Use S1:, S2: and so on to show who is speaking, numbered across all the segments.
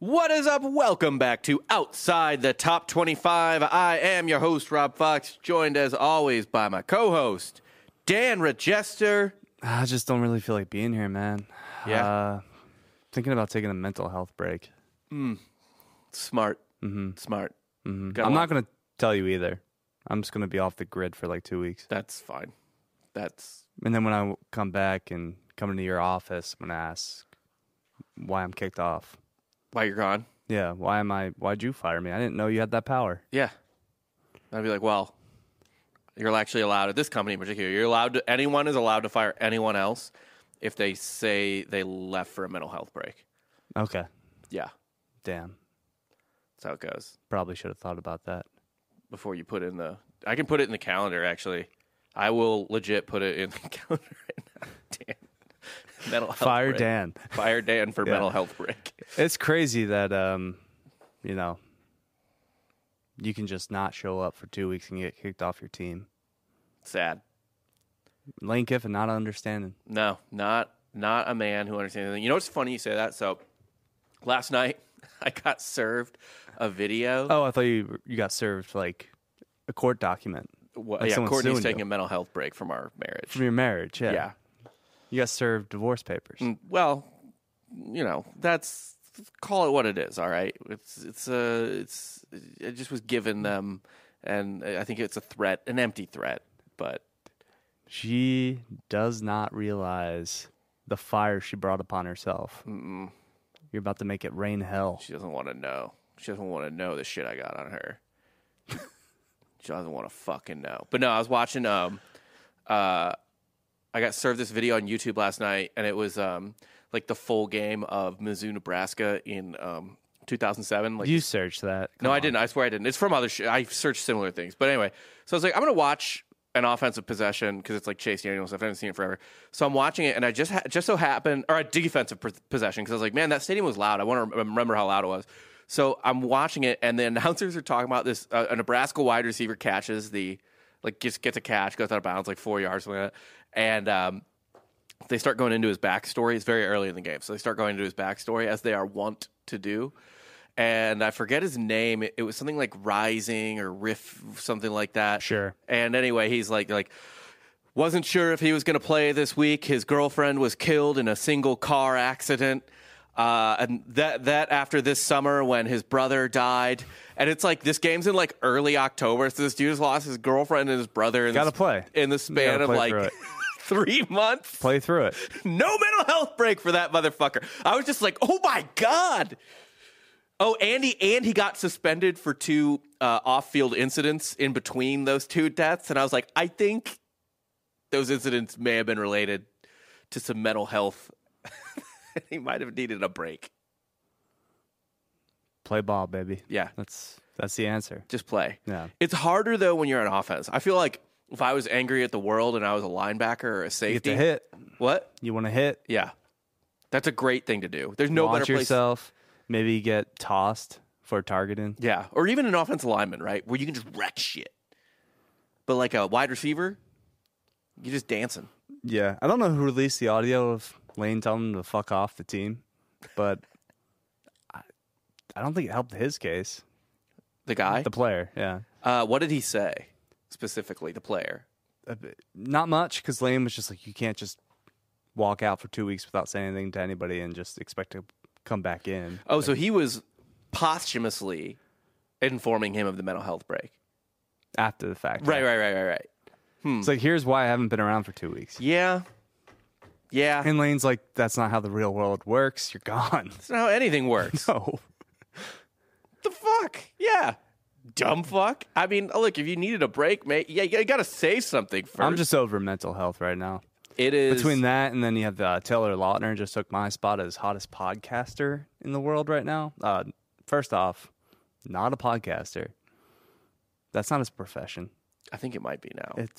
S1: What is up? Welcome back to Outside the Top 25. I am your host, Rob Fox, joined as always by my co host, Dan Regester.
S2: I just don't really feel like being here, man.
S1: Yeah.
S2: Uh, thinking about taking a mental health break.
S1: Smart. Smart. Gotta
S2: I'm
S1: wa-
S2: not going to tell you either. I'm just going to be off the grid for like two weeks.
S1: That's fine. That's.
S2: And then when I w- come back and come into your office, I'm going to ask why I'm kicked off.
S1: Why you're gone?
S2: Yeah. Why am I? Why'd you fire me? I didn't know you had that power.
S1: Yeah. I'd be like, well, you're actually allowed at this company in particular. You're allowed to, anyone is allowed to fire anyone else if they say they left for a mental health break.
S2: Okay.
S1: Yeah.
S2: Damn.
S1: That's how it goes.
S2: Probably should have thought about that.
S1: Before you put in the, I can put it in the calendar actually. I will legit put it in the calendar right now. Dan. Mental health
S2: Fire
S1: break.
S2: Dan.
S1: Fire Dan for
S2: Yeah.
S1: mental health break.
S2: It's crazy that, um, you know, you can just not show up for two weeks and get kicked off your team.
S1: Sad.
S2: Lane Kiffin not understanding.
S1: No, not not a man who understands anything. You know what's funny? You say that. So last night I got served a video.
S2: Oh, I thought you you got served like a court document
S1: Wha-
S2: like
S1: yeah,
S2: someone's
S1: Courtney's
S2: suing
S1: taking
S2: you.
S1: a mental health break from our marriage.
S2: from your marriage. Yeah.
S1: yeah.
S2: You got served divorce papers.
S1: Mm, Well, you know, that's call it what it is. All right, it's it's uh, it's it just was given them, and I think it's a threat, an empty threat. But
S2: She does not realize the fire she brought upon herself. You're about to make it rain hell.
S1: she doesn't want to know. She doesn't want to know the shit I got on her. she doesn't want to fucking know. But no, I was watching. Um, uh, I got served this video on YouTube last night, and it was um like the full game of Mizzou Nebraska in um 2007. Like
S2: you searched that.
S1: No,
S2: Come
S1: I
S2: on.
S1: didn't. I swear I didn't. It's from other. Sh- I searched similar things, but anyway. So I was like, I'm gonna watch an offensive possession because it's like Chase Daniel stuff. I haven't seen it forever. So I'm watching it, and I just ha- just so happened, or a defensive pos- possession, because I was like, man, that stadium was loud. I want to remember how loud it was. So I'm watching it, and the announcers are talking about this. Uh, a Nebraska wide receiver catches the, like, gets gets a catch, goes out of bounds, like four yards, something like that, and um, they start going into his backstory. It's very early in the game, so they start going into his backstory as they are wont to do. And I forget his name. It it was something like Rising or Riff, something like that.
S2: Sure.
S1: And anyway, he's like like wasn't sure if he was going to play this week. His girlfriend was killed in a single car accident. Uh, and that that after this summer when his brother died, and it's like this game's in like early October, so this dude has lost his girlfriend and his brother. In
S2: Gotta
S1: the,
S2: play.
S1: in the span of
S2: play
S1: like
S2: through it.
S1: three months
S2: Play through it.
S1: no mental health break for that motherfucker. I was just like, oh my god. Oh, Andy, and he got suspended for two uh, off-field incidents in between those two deaths, and I was like, I think those incidents may have been related to some mental health. he might have needed a break.
S2: Play ball, baby.
S1: Yeah.
S2: That's that's the answer.
S1: Just play.
S2: Yeah.
S1: It's harder though when you're on offense. I feel like if I was angry at the world and I was a linebacker or a
S2: You get
S1: safety,
S2: to hit.
S1: what?
S2: You want to hit.
S1: Yeah, that's a great thing to do. There's no
S2: launch
S1: better place.
S2: yourself. Maybe you get tossed for targeting.
S1: Yeah, or even an offensive lineman, right, where you can just wreck shit. But like a wide receiver, you're just dancing.
S2: Yeah, I don't know who released the audio of Lane telling him to fuck off the team, but I, I don't think it helped his case.
S1: The guy.
S2: The player, yeah,
S1: Uh, what did he say specifically? The player.
S2: A bit- not much because Lane was just like, you can't just walk out for two weeks without saying anything to anybody and just expect to come back in.
S1: Oh, so he was posthumously informing him of the mental health break.
S2: after the fact.
S1: Right, right, right, right, right.
S2: It's like here's why I haven't been around for two weeks.
S1: Yeah, yeah.
S2: And Lane's like, that's not how the real world works. You're gone.
S1: That's not how anything works.
S2: No.
S1: the fuck? Yeah. Dumb fuck. I mean, look, if you needed a break, mate, yeah, you gotta say something first.
S2: I'm just over mental health right now.
S1: It is
S2: Between that and then you have uh, Taylor Lautner just took my spot as hottest podcaster in the world right now. Uh, first off, not a podcaster. That's not his profession.
S1: I think it might be now.
S2: It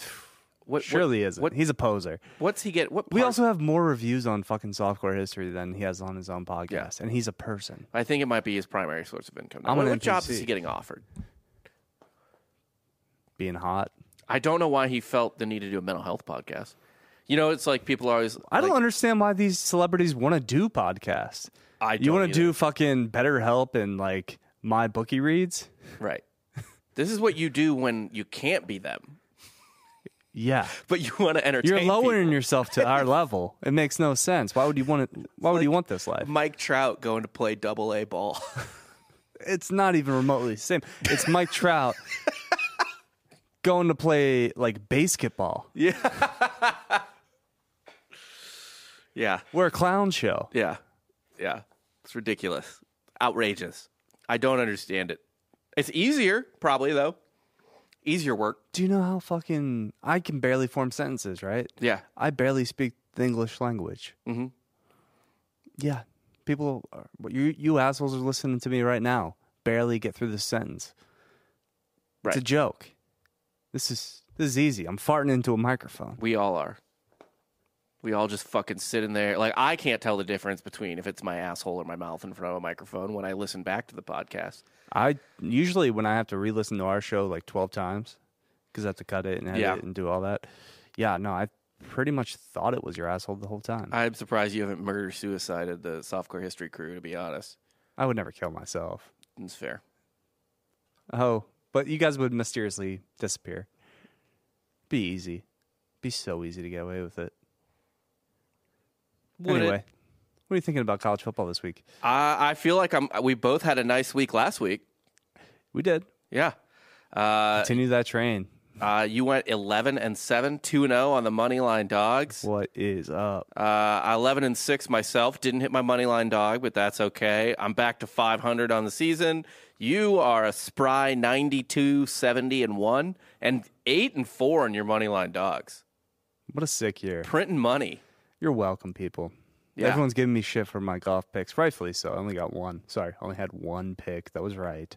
S1: What-
S2: surely
S1: what-
S2: isn't.
S1: what-
S2: He's a poser.
S1: What's he get? What
S2: We
S1: part-
S2: also have more reviews on fucking softcore history than he has on his own podcast, and he's a person.
S1: I think it might be his primary source of income. Now,
S2: I'm
S1: what
S2: an
S1: what job is
S2: NPC.
S1: he getting offered?
S2: Being hot,
S1: I don't know why he felt the need to do a mental health podcast. You know, it's like people are always.
S2: I don't
S1: like,
S2: understand why these celebrities want to do podcasts.
S1: I
S2: you
S1: don't
S2: want
S1: either.
S2: to do fucking Better Help and like My Bookie Reads?
S1: right. This is what you do when you can't be them,
S2: Yeah,
S1: but you want to entertain.
S2: you're lowering
S1: people.
S2: yourself to our level. It makes no sense. Why would you want it? Why would you want this life?
S1: Mike Trout going to play double A ball.
S2: It's not even remotely the same. It's Mike Trout going to play like basketball.
S1: yeah,
S2: We're a clown show.
S1: yeah, yeah. It's ridiculous, outrageous. I don't understand it. It's easier, probably though. Easier work.
S2: Do you know how fucking I can barely form sentences? Right?
S1: Yeah,
S2: I barely speak the English language. Mm-hmm. Yeah, people, are, you you assholes are listening to me right now. Barely get through this sentence. It's a
S1: Right.
S2: joke. This is this is easy. I'm farting into a microphone.
S1: we all are. We all just fucking sit in there. Like I can't tell the difference between if it's my asshole or my mouth in front of a microphone when I listen back to the podcast.
S2: I usually when I have to re-listen to our show like twelve times because I have to cut it and edit
S1: Yeah.
S2: it and do all that. Yeah, no, I pretty much thought it was your asshole the whole time. I,
S1: I'm surprised you haven't murder suicided the softcore history crew. To be honest,
S2: would never kill myself.
S1: it's fair.
S2: Oh, but you guys would mysteriously disappear. Be easy. Be so easy to get away with it.
S1: Would it?
S2: anyway, what are you thinking about college football this week?
S1: I, I feel like I'm. We both had a nice week last week.
S2: We did
S1: Yeah. Uh,
S2: continue that train.
S1: uh, you went 11 and 7, 2 and 0 on the money line dogs.
S2: What is up?
S1: Uh, 11 and 6 myself. Didn't hit my money line dog, but that's okay. I'm back to 500 on the season. You are a spry 92, 70 and 1 and 8 and 4 on your money line dogs.
S2: What a sick year.
S1: Printing money.
S2: You're welcome, people.
S1: Yeah.
S2: Everyone's giving me shit for my golf picks, rightfully so. I only got one. Sorry, I only had one pick. That was right.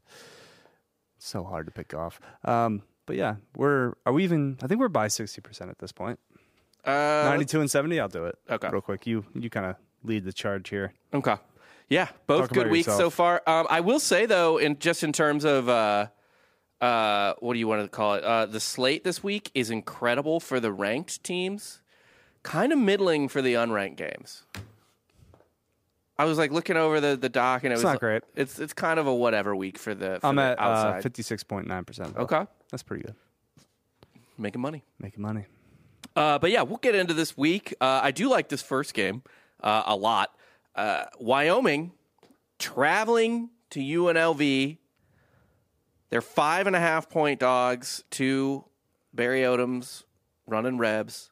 S2: So hard to pick golf. Um, but yeah, we're are we even? I think we're by sixty percent at this point.
S1: Uh,
S2: Ninety-two and seventy. I'll do it.
S1: Okay.
S2: real quick. You you kind of lead the charge here.
S1: Okay. Yeah, both
S2: Talk about
S1: good weeks so
S2: yourself.
S1: far. Um, I will say though, in just in terms of uh, uh, what do you want to call it? Uh, the slate this week is incredible for the ranked teams, kind of middling for the unranked games. I was like looking over the, the doc, and it was
S2: not great.
S1: It's it's kind of a whatever week for the. For
S2: I'm
S1: the
S2: at uh,
S1: outside.
S2: fifty-six point nine percent.
S1: okay,
S2: that's pretty good.
S1: making money.
S2: Making money.
S1: Uh, but yeah, we'll get into this week. Uh, I do like this first game uh, a lot. Uh, Wyoming traveling to UNLV. They're five and a half point dogs to Barry Odom's running Rebs.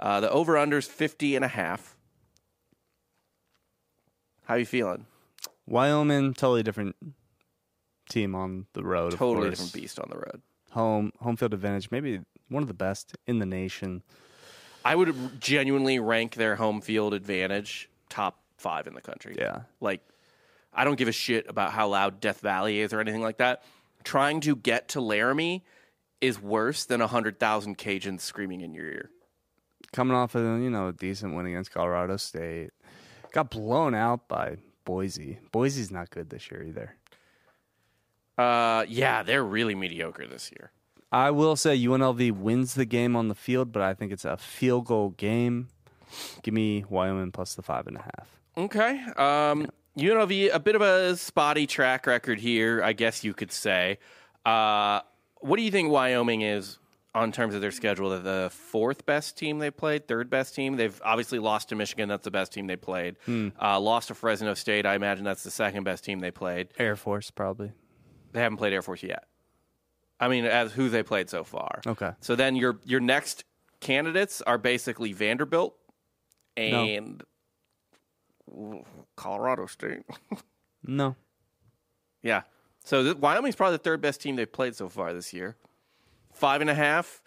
S1: Uh, the over under is 50 and a half. How you feeling?
S2: Wyoming, totally different team on the road. of
S1: Totally
S2: course.
S1: different beast on the road.
S2: Home home field advantage. Maybe one of the best in the nation.
S1: I would genuinely rank their home field advantage top five in the country.
S2: Yeah.
S1: Like, I don't give a shit about how loud Death Valley is or anything like that. Trying to get to Laramie is worse than 100,000 Cajuns screaming in your ear.
S2: coming off of you know a decent win against Colorado State, got blown out by Boise. Boise's not good this year either.
S1: Uh, yeah, they're really mediocre this year.
S2: I will say UNLV wins the game on the field, but I think it's a field goal game. Give me Wyoming plus the five and a half.
S1: Okay. Um, UNLV, a bit of a spotty track record here, I guess you could say. Uh, what do you think Wyoming is on terms of their schedule? They're the fourth best team they played, third best team. They've obviously lost to Michigan. That's the best team they played. Uh, lost to Fresno State. I imagine that's the second best team they played.
S2: Air Force probably.
S1: They haven't played Air Force yet. I mean, as who they played so far.
S2: Okay.
S1: So then your your next candidates are basically Vanderbilt and Colorado State.
S2: No,
S1: Yeah. So th- Wyoming's probably the third best team they've played so far this year. Five and a half.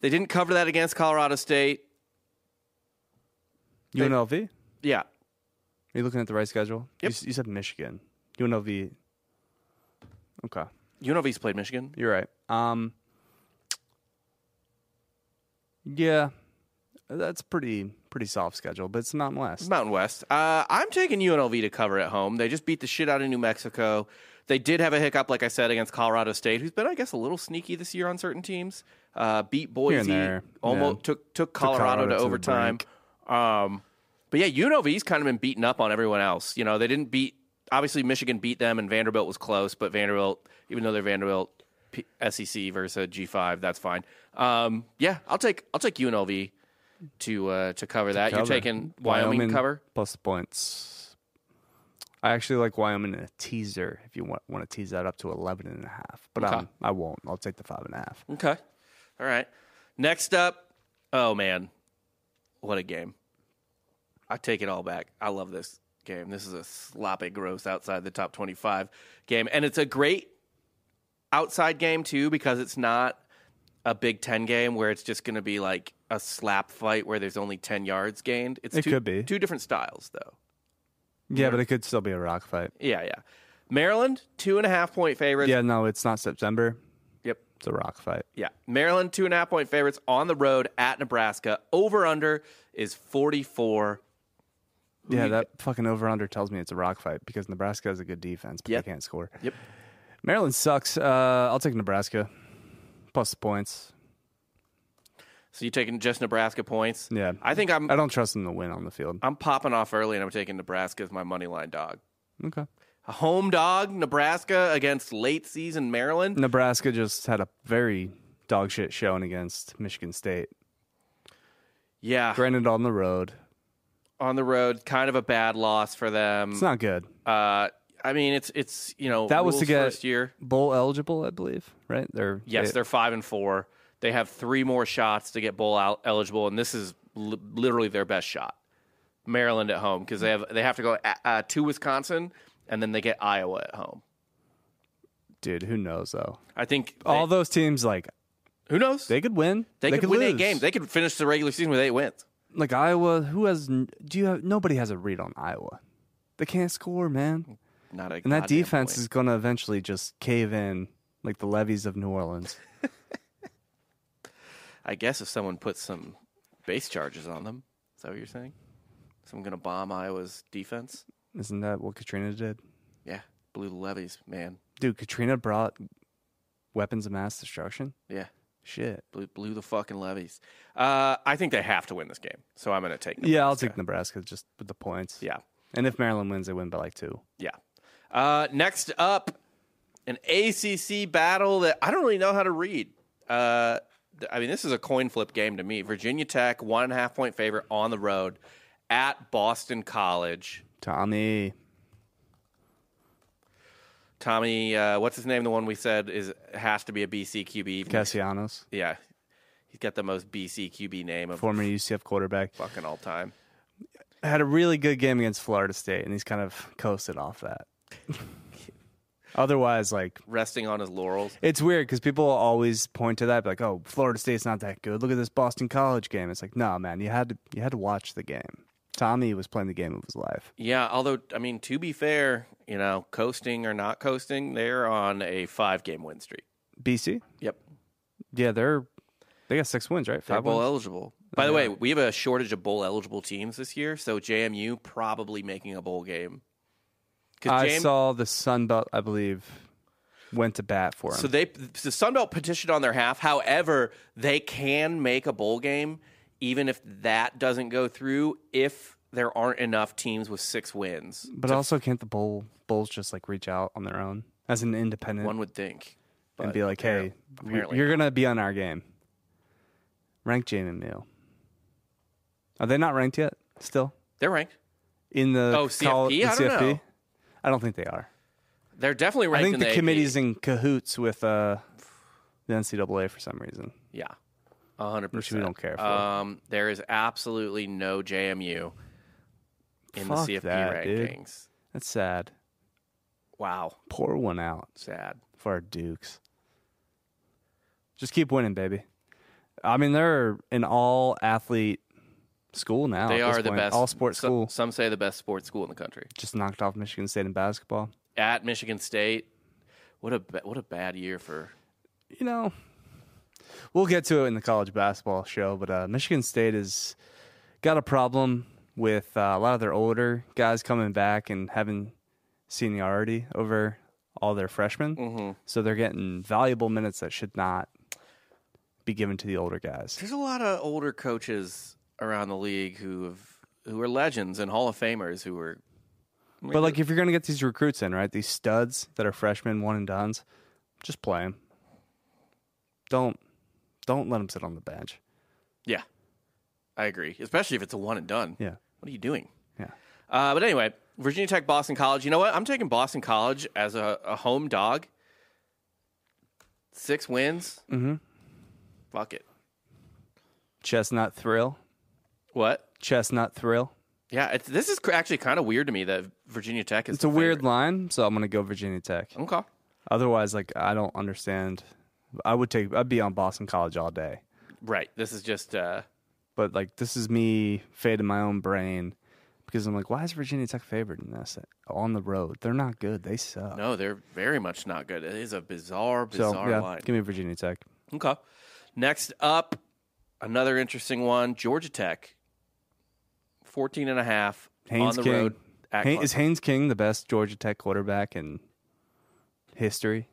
S1: They didn't cover that against Colorado State. They-
S2: UNLV? Are
S1: Yeah.
S2: you looking at the right schedule? You
S1: Yep.
S2: s- You, said Michigan. UNLV. Okay,
S1: UNLV's played Michigan.
S2: you're right. Um, yeah, that's pretty pretty soft schedule, but it's Mountain West.
S1: Mountain West. Uh, I'm taking UNLV to cover at home. They just beat the shit out of New Mexico. They did have a hiccup, like I said, against Colorado State, who's been, I guess, a little sneaky this year on certain teams. Uh, beat Boise,
S2: there,
S1: almost
S2: yeah.
S1: took took Colorado,
S2: Colorado
S1: to
S2: to the
S1: overtime. Um, but yeah, UNLV's kind of been beaten up on everyone else. You know, they didn't beat. Obviously, Michigan beat them, and Vanderbilt was close. But Vanderbilt, even though they're Vanderbilt P- SEC versus G five, that's fine. Um, yeah, I'll take I'll take UNLV to uh, to cover that. You're
S2: cover.
S1: taking Wyoming, cover.
S2: plus the points. I actually like Wyoming in a teaser if you want, want to tease that up to 11 and a half, but
S1: Okay.
S2: um, I won't. I'll take the five and a half.
S1: Okay. All right. Next up, oh man, what a game! I take it all back. I love this game. This is a sloppy, gross outside the top twenty-five game, and it's a great outside game too because it's not a Big Ten game where it's just going to be like a slap fight where there's only ten yards gained. It's
S2: It
S1: two,
S2: could be.
S1: two different styles though.
S2: Yeah, but it could still be a rock fight.
S1: Yeah, yeah. Maryland two and a half point favorites.
S2: Yeah, no, it's not September.
S1: Yep.
S2: It's a rock fight.
S1: Yeah. Maryland, two and a half point favorites on the road at Nebraska. Over under is 44.
S2: yeah, that fucking over under tells me it's a rock fight because Nebraska has a good defense, but
S1: Yep.
S2: they can't score.
S1: Yep.
S2: Maryland sucks. Uh, I'll take Nebraska plus the points.
S1: So you're taking just Nebraska points?
S2: Yeah.
S1: I think I'm
S2: I don't trust them to win on the field.
S1: I'm popping off early and I'm taking Nebraska as my money line dog.
S2: Okay.
S1: A home dog, Nebraska against late season Maryland.
S2: Nebraska just had a very dog shit showing against Michigan State.
S1: Yeah.
S2: Granted, on the road,
S1: On the road, kind of a bad loss for them.
S2: it's not good.
S1: uh I mean it's it's you know
S2: That was to
S1: rules
S2: get-
S1: first year.
S2: Bowl eligible, I believe, right? They're
S1: Yes,
S2: they,
S1: they're five and four. They have three more shots to get bowl out eligible, and this is li- literally their best shot. Maryland at home because they have they have to go a- uh, to Wisconsin, and then they get Iowa at home.
S2: dude. Who knows though?
S1: I think they-
S2: All those teams, like
S1: who knows
S2: they could win,
S1: They could, win eight
S2: lose.
S1: games. They could finish the regular season with eight wins.
S2: like Iowa, who has? n- Do you have? Nobody has a read on Iowa. They can't score, man.
S1: Not a
S2: And that
S1: goddamn
S2: defense
S1: point.
S2: is gonna eventually just cave in, like the levees of New Orleans.
S1: I guess if someone puts some base charges on them, is that what you're saying? Someone gonna bomb Iowa's defense?
S2: Isn't that what Katrina did?
S1: Yeah, blew the levies, man.
S2: Dude, Katrina brought weapons of mass destruction.
S1: Yeah.
S2: Shit.
S1: Blew, blew the fucking levies. Uh, I think they have to win this game, so I'm going to take. Nebraska.
S2: Yeah, I'll take Nebraska just with the points.
S1: Yeah,
S2: And if Maryland wins, they win by like two.
S1: yeah. Uh, next up, an ACC battle that I don't really know how to read. Uh, th- I mean, this is a coin flip game to me. Virginia Tech, one and a half point favorite on the road at Boston College.
S2: Tommy.
S1: Tommy, uh, what's his name? The one we said is has to be a BC QB.
S2: Cassianos,
S1: Yeah, he's got the most BC QB name of
S2: former UCF quarterback,
S1: fucking all time.
S2: had a really good game against Florida State, and he's kind of coasted off that. Otherwise, like
S1: Resting on his laurels.
S2: it's weird because people always point to that, like, "Oh, Florida State's not that good. Look at this Boston College game." It's like, nah, man, you had to you had to watch the game. Tommy was playing the game of his life.
S1: Yeah, although I mean, to be fair, you know, coasting or not coasting, they're on a five-game win streak.
S2: BC,
S1: Yep,
S2: yeah, they're they got six wins, right?
S1: they're
S2: Five
S1: bowl
S2: wins.
S1: eligible. By the way, we have a shortage of bowl eligible teams this year, so JMU probably making a bowl game. 'Cause
S2: I
S1: JM
S2: saw the Sun Belt, I believe, went to bat for him.
S1: So they the Sun Belt petitioned on their half. However, they can make a bowl game even if that doesn't go through if there aren't enough teams with six wins.
S2: But also, can't the bowl bowls just like reach out on their own as an independent
S1: One would think.
S2: and be like,
S1: appar-
S2: "Hey, you're,
S1: apparently
S2: you're gonna be on our game." Rank Jamin Neal. Are they not ranked yet? Still
S1: They're ranked.
S2: in the
S1: Oh,
S2: col-
S1: CFP?
S2: the
S1: I don't
S2: CFP?
S1: know.
S2: I don't think they are.
S1: They're definitely ranked.
S2: I think
S1: in
S2: the,
S1: the AP.
S2: committee's in cahoots with uh, the NCAA for some reason.
S1: Yeah, a hundred percent.
S2: Which we don't care for.
S1: Um, there is absolutely no JMU in
S2: Fuck
S1: the CFP
S2: that, dude.
S1: rankings.
S2: That's sad.
S1: Wow,
S2: Pour one out
S1: sad.
S2: for our Dukes. Just keep winning, baby. I mean, they're an all athlete school now.
S1: They
S2: at this
S1: are the
S2: point.
S1: best
S2: all sports
S1: so-
S2: school.
S1: Some say the best sports school in the country.
S2: Just knocked off Michigan State in basketball.
S1: At Michigan State, what a ba- what a bad year for.
S2: You know, we'll get to it in the college basketball show, but uh, Michigan State has got a problem with uh, a lot of their older guys coming back and having seniority over all their freshmen. So they're getting valuable minutes that should not be given to the older guys.
S1: There's a lot of older coaches around the league who have who are legends and Hall of Famers who were.
S2: But like, if you're going to get these recruits in, right, these studs that are freshmen, one and done's, just play them. Don't don't let them sit on the bench.
S1: yeah, I agree. Especially if it's a one and done.
S2: Yeah,
S1: What are you doing?
S2: yeah.
S1: Uh, but anyway, Virginia Tech, Boston College. You know what? I'm taking Boston College as a, a home dog. Six wins. Mm-hmm. Fuck it.
S2: Chestnut thrill.
S1: What?
S2: Chestnut thrill.
S1: Yeah, it's, this is cr- actually kind of weird to me that Virginia Tech is.
S2: It's a weird line, so I'm gonna go Virginia Tech.
S1: line. Okay.
S2: Otherwise, like I don't understand. I would take. I'd be on Boston College all day.
S1: Right. This is just. Uh,
S2: But like this is me fading my own brain because I'm like, why is Virginia Tech favored in this? On the road, they're not good. They suck.
S1: no, they're very much not good. It is a bizarre,
S2: so
S1: bizarre
S2: yeah,
S1: line.
S2: give me Virginia Tech.
S1: Okay. Next up, another interesting one Georgia Tech. 14 and a half on
S2: Haynes
S1: the
S2: King.
S1: road. At
S2: Hay-
S1: Clemson.
S2: is Haynes King the best Georgia Tech quarterback in history?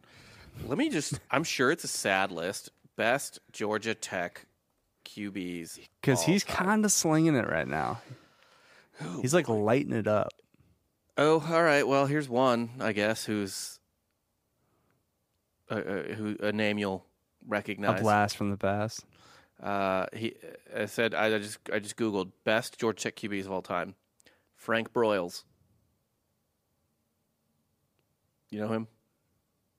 S1: Let me just. I'm sure it's a sad list. Best Georgia Tech QBs.
S2: Because
S1: all
S2: he's
S1: time.
S2: kind of slinging it right now. He's like lighting it up.
S1: Oh, all right. Well, here's one, I guess, who's uh, uh, who a name you'll
S2: A
S1: recognize.
S2: blast from the past.
S1: Uh, he I said I, I just I just googled best Georgia Tech QBs of all time. Frank Broyles. You know him?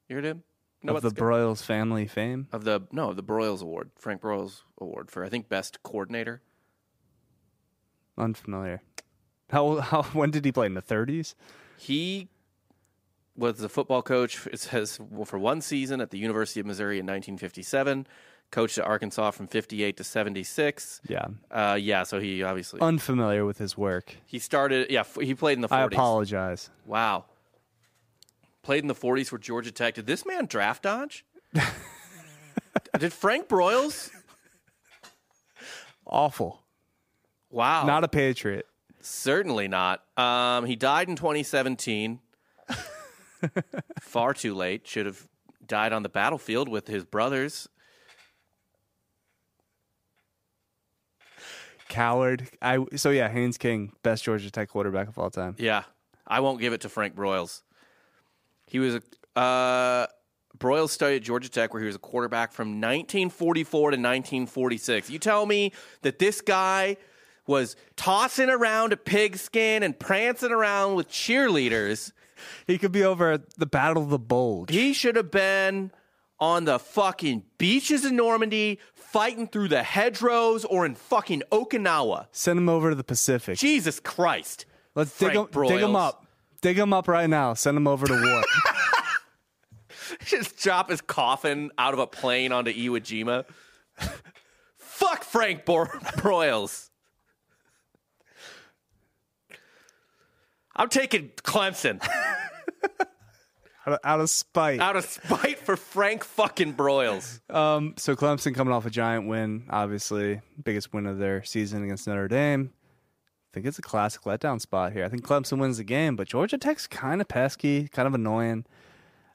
S1: You heard him? You know
S2: of
S1: about
S2: the
S1: this guy?
S2: Broyles family fame.
S1: of the no, of the Broyles Award, Frank Broyles Award for I think best coordinator.
S2: Unfamiliar. How how when did he play in the 30s?
S1: He was a football coach. It says well, for one season at the University of Missouri in 1957. Coached at Arkansas from 58 to 76.
S2: Yeah.
S1: Uh, yeah, so he obviously
S2: Unfamiliar with his work.
S1: he started. Yeah, f- he played in the 40s.
S2: Uh, I apologize.
S1: Wow, played in the 40s for Georgia Tech. Did this man draft dodge? Did Frank Broyles?
S2: Awful.
S1: Wow,
S2: Not a patriot.
S1: certainly not. Um, he died in 2017. Far too late. Should have died on the battlefield with his brothers
S2: Coward. I so yeah, Haynes King, best Georgia Tech quarterback of all time.
S1: Yeah, I won't give it to Frank Broyles. He was a uh, Broyles studied at Georgia Tech, where he was a quarterback from 1944 to 1946. You tell me that this guy was tossing around a pigskin and prancing around with cheerleaders.
S2: He could be over at the Battle of the Bulge.
S1: He should have been on the fucking beaches in Normandy, fighting through the hedgerows, or in fucking Okinawa.
S2: Send him over to the Pacific.
S1: Jesus Christ!
S2: Let's dig him,
S1: Frank
S2: dig him
S1: Broyles.
S2: up. Dig him up right now. Send him over to war.
S1: just drop his coffin out of a plane onto Iwo Jima. Fuck Frank Bro- Broyles. I'm taking Clemson
S2: out, of, out of spite.
S1: out of spite for Frank fucking Broyles.
S2: Um, so Clemson coming off a giant win, obviously biggest win of their season against Notre Dame. I think it's a classic letdown spot here. I think Clemson wins the game, but Georgia Tech's kind of pesky, kind of annoying.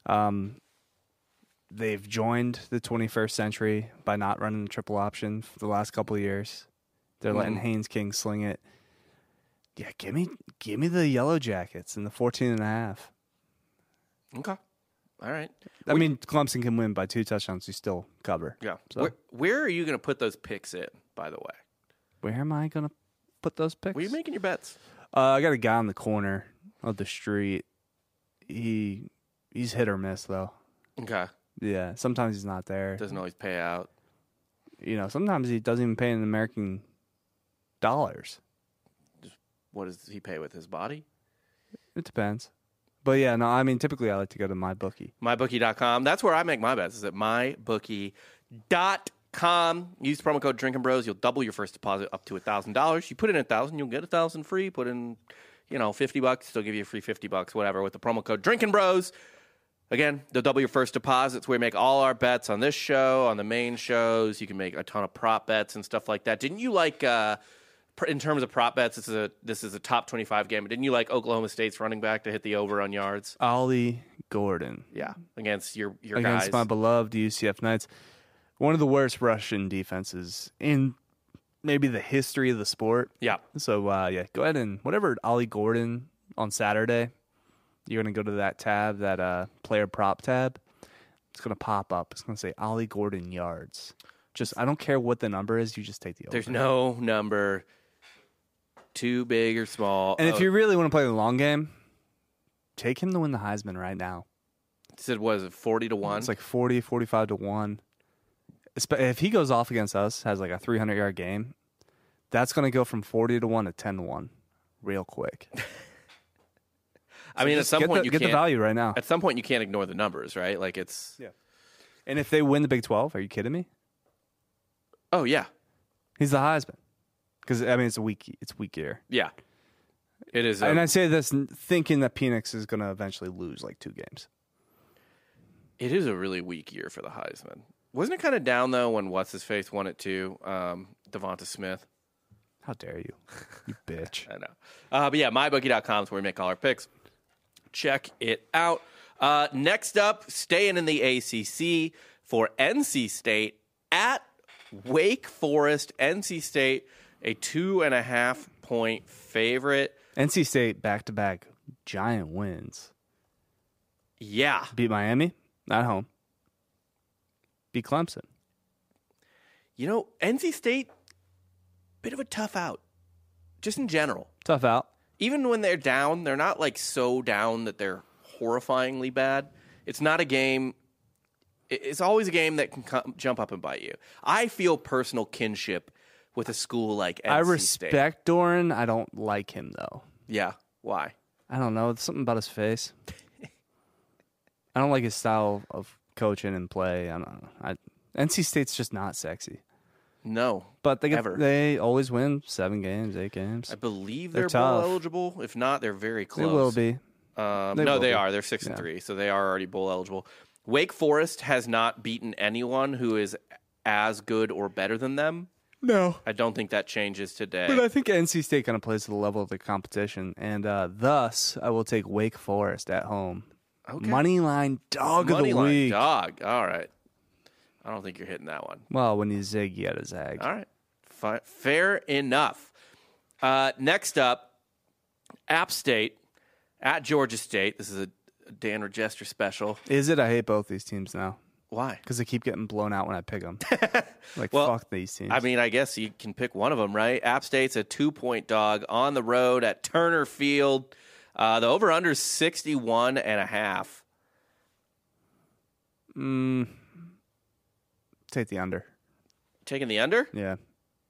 S2: Um, they've joined the 21st century by not running the triple option for the last couple of years. They're letting Haynes King sling it. Yeah, give me give me the Yellow Jackets in the 14 and a half.
S1: Okay. All right.
S2: I mean, Clemson can win by two touchdowns. You still cover.
S1: Yeah.
S2: So-
S1: Where, where are you going to put those picks in, by the way?
S2: Where am I gonna put those picks?
S1: Were you making your bets?
S2: Uh, I got a guy on the corner of the street. He he's hit or miss though.
S1: Okay.
S2: Yeah, sometimes he's not there.
S1: Doesn't always pay out.
S2: You know, sometimes he doesn't even pay in American dollars.
S1: What does he pay with his body?
S2: It depends. But yeah, no, I mean, typically I like to go to my bookie.
S1: MyBookie.com. That's where I make my bets, is at MyBookie.com. DraftKings.com. Use promo code Drinking Bros. You'll double your first deposit up to thousand dollars. You put in a thousand, you'll get a thousand free. Put in, you know, fifty bucks, they'll give you a free fifty bucks, whatever, with the promo code Drinking Bros. Again, they'll double your first deposits. We make all our bets on this show, on the main shows. You can make a ton of prop bets and stuff like that. Didn't you like? Uh, pr- in terms of prop bets, this is a this is a top twenty five game. But didn't you like Oklahoma State's running back to hit the over on yards?
S2: Ollie Gordon
S1: Yeah, against your your
S2: against
S1: guys.
S2: my beloved UCF Knights. One of the worst Russian defenses in maybe the history of the sport.
S1: yeah,
S2: So uh, yeah, go ahead and whatever Ollie Gordon on Saturday, you're gonna go to that tab, that uh, player prop tab. It's gonna pop up. It's gonna say Ollie Gordon yards. Just I don't care what the number is. You just take the over.
S1: There's no number too big or small.
S2: and
S1: Oh,
S2: if you really want to play the long game, take him to win the Heisman right now.
S1: it said what is it, forty to one?
S2: It's like 40, 45 to one. Espe- If he goes off against us, has like a 300 yard game, that's gonna go from 40 to one to 10 to one, real quick.
S1: I mean, at
S2: Just
S1: some
S2: get
S1: point
S2: the,
S1: you
S2: get
S1: can't.
S2: the value right now.
S1: At some point you can't ignore the numbers, right? Like it's.
S2: Yeah. And if they win the Big 12, are you kidding me?
S1: Oh yeah,
S2: He's the Heisman. Because I mean, it's a weak, it's weak year.
S1: yeah. It is.
S2: and
S1: a-
S2: I say this n- thinking that Phoenix is going to eventually lose like two games.
S1: it is a really weak year for the Heisman. Wasn't it kind of down though when what's his face won it too? Um, Devonta Smith.
S2: How dare you, you bitch!
S1: I know. Uh, but yeah, mybookie.com is where we make all our picks. Check it out. Uh, next up, staying in the ACC for NC State at Wake Forest. NC State, a two and a half point favorite.
S2: NC State back to back giant wins.
S1: Yeah.
S2: Beat Miami at home. Beat Clemson.
S1: You know, NC State, bit of a tough out, just in general.
S2: Tough out.
S1: even when they're down, they're not like so down that they're horrifyingly bad. It's not a game. it- It's always a game that can come, jump up and bite you. I feel personal kinship with a school like NC
S2: I
S1: State.
S2: respect Doran. I don't like him though.
S1: Yeah. Why?
S2: I don't know. It's something about his face. I don't like his style of coaching and play. I don't know. I, NC State's just not sexy.
S1: No.
S2: But they get,
S1: Ever.
S2: they always win seven games, eight games.
S1: I believe
S2: They're
S1: they're, bowl
S2: tough.
S1: eligible. If not, they're very
S2: They
S1: close.
S2: will be.
S1: Um,
S2: They
S1: no,
S2: will
S1: they
S2: be.
S1: are. They're six and
S2: Yeah.
S1: three, so they are already bowl eligible. Wake Forest has not beaten anyone who is as good or better than them.
S2: No.
S1: I don't think that changes today.
S2: But I think NC State kind of plays to the level of the competition, and uh, thus I will take Wake Forest at home.
S1: Okay.
S2: Money line dog
S1: Money
S2: of the
S1: line
S2: week.
S1: dog. All right. I don't think you're hitting that one.
S2: Well, when you zig, you gotta zag.
S1: All right. Fi- fair enough. Uh, next up, App State at Georgia State. This is a a Dan Regester special.
S2: Is it? I hate both these teams now
S1: Why?
S2: because they keep getting blown out when I pick them. like
S1: Well,
S2: fuck these teams.
S1: I mean, I guess you can pick one of them, right? App State's a two point dog on the road at Turner Field. Uh, the over under is 61 and a half.
S2: Mm, take the under.
S1: Taking the under?
S2: Yeah.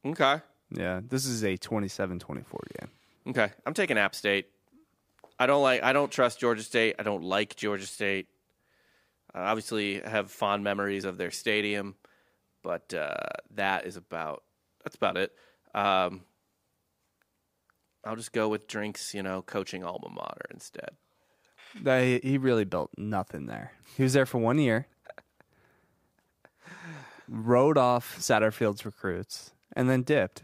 S1: Okay.
S2: Yeah. This is a 27 24 game.
S1: Okay, I'm taking App State. I don't like. I don't trust Georgia State. I don't like Georgia State. I obviously have fond memories of their stadium, but uh, that is about. That's about it. Um, I'll just go with drinks. You know, coaching alma mater instead.
S2: They, he really built nothing there. He was there for one year, rode off Satterfield's recruits, and then dipped.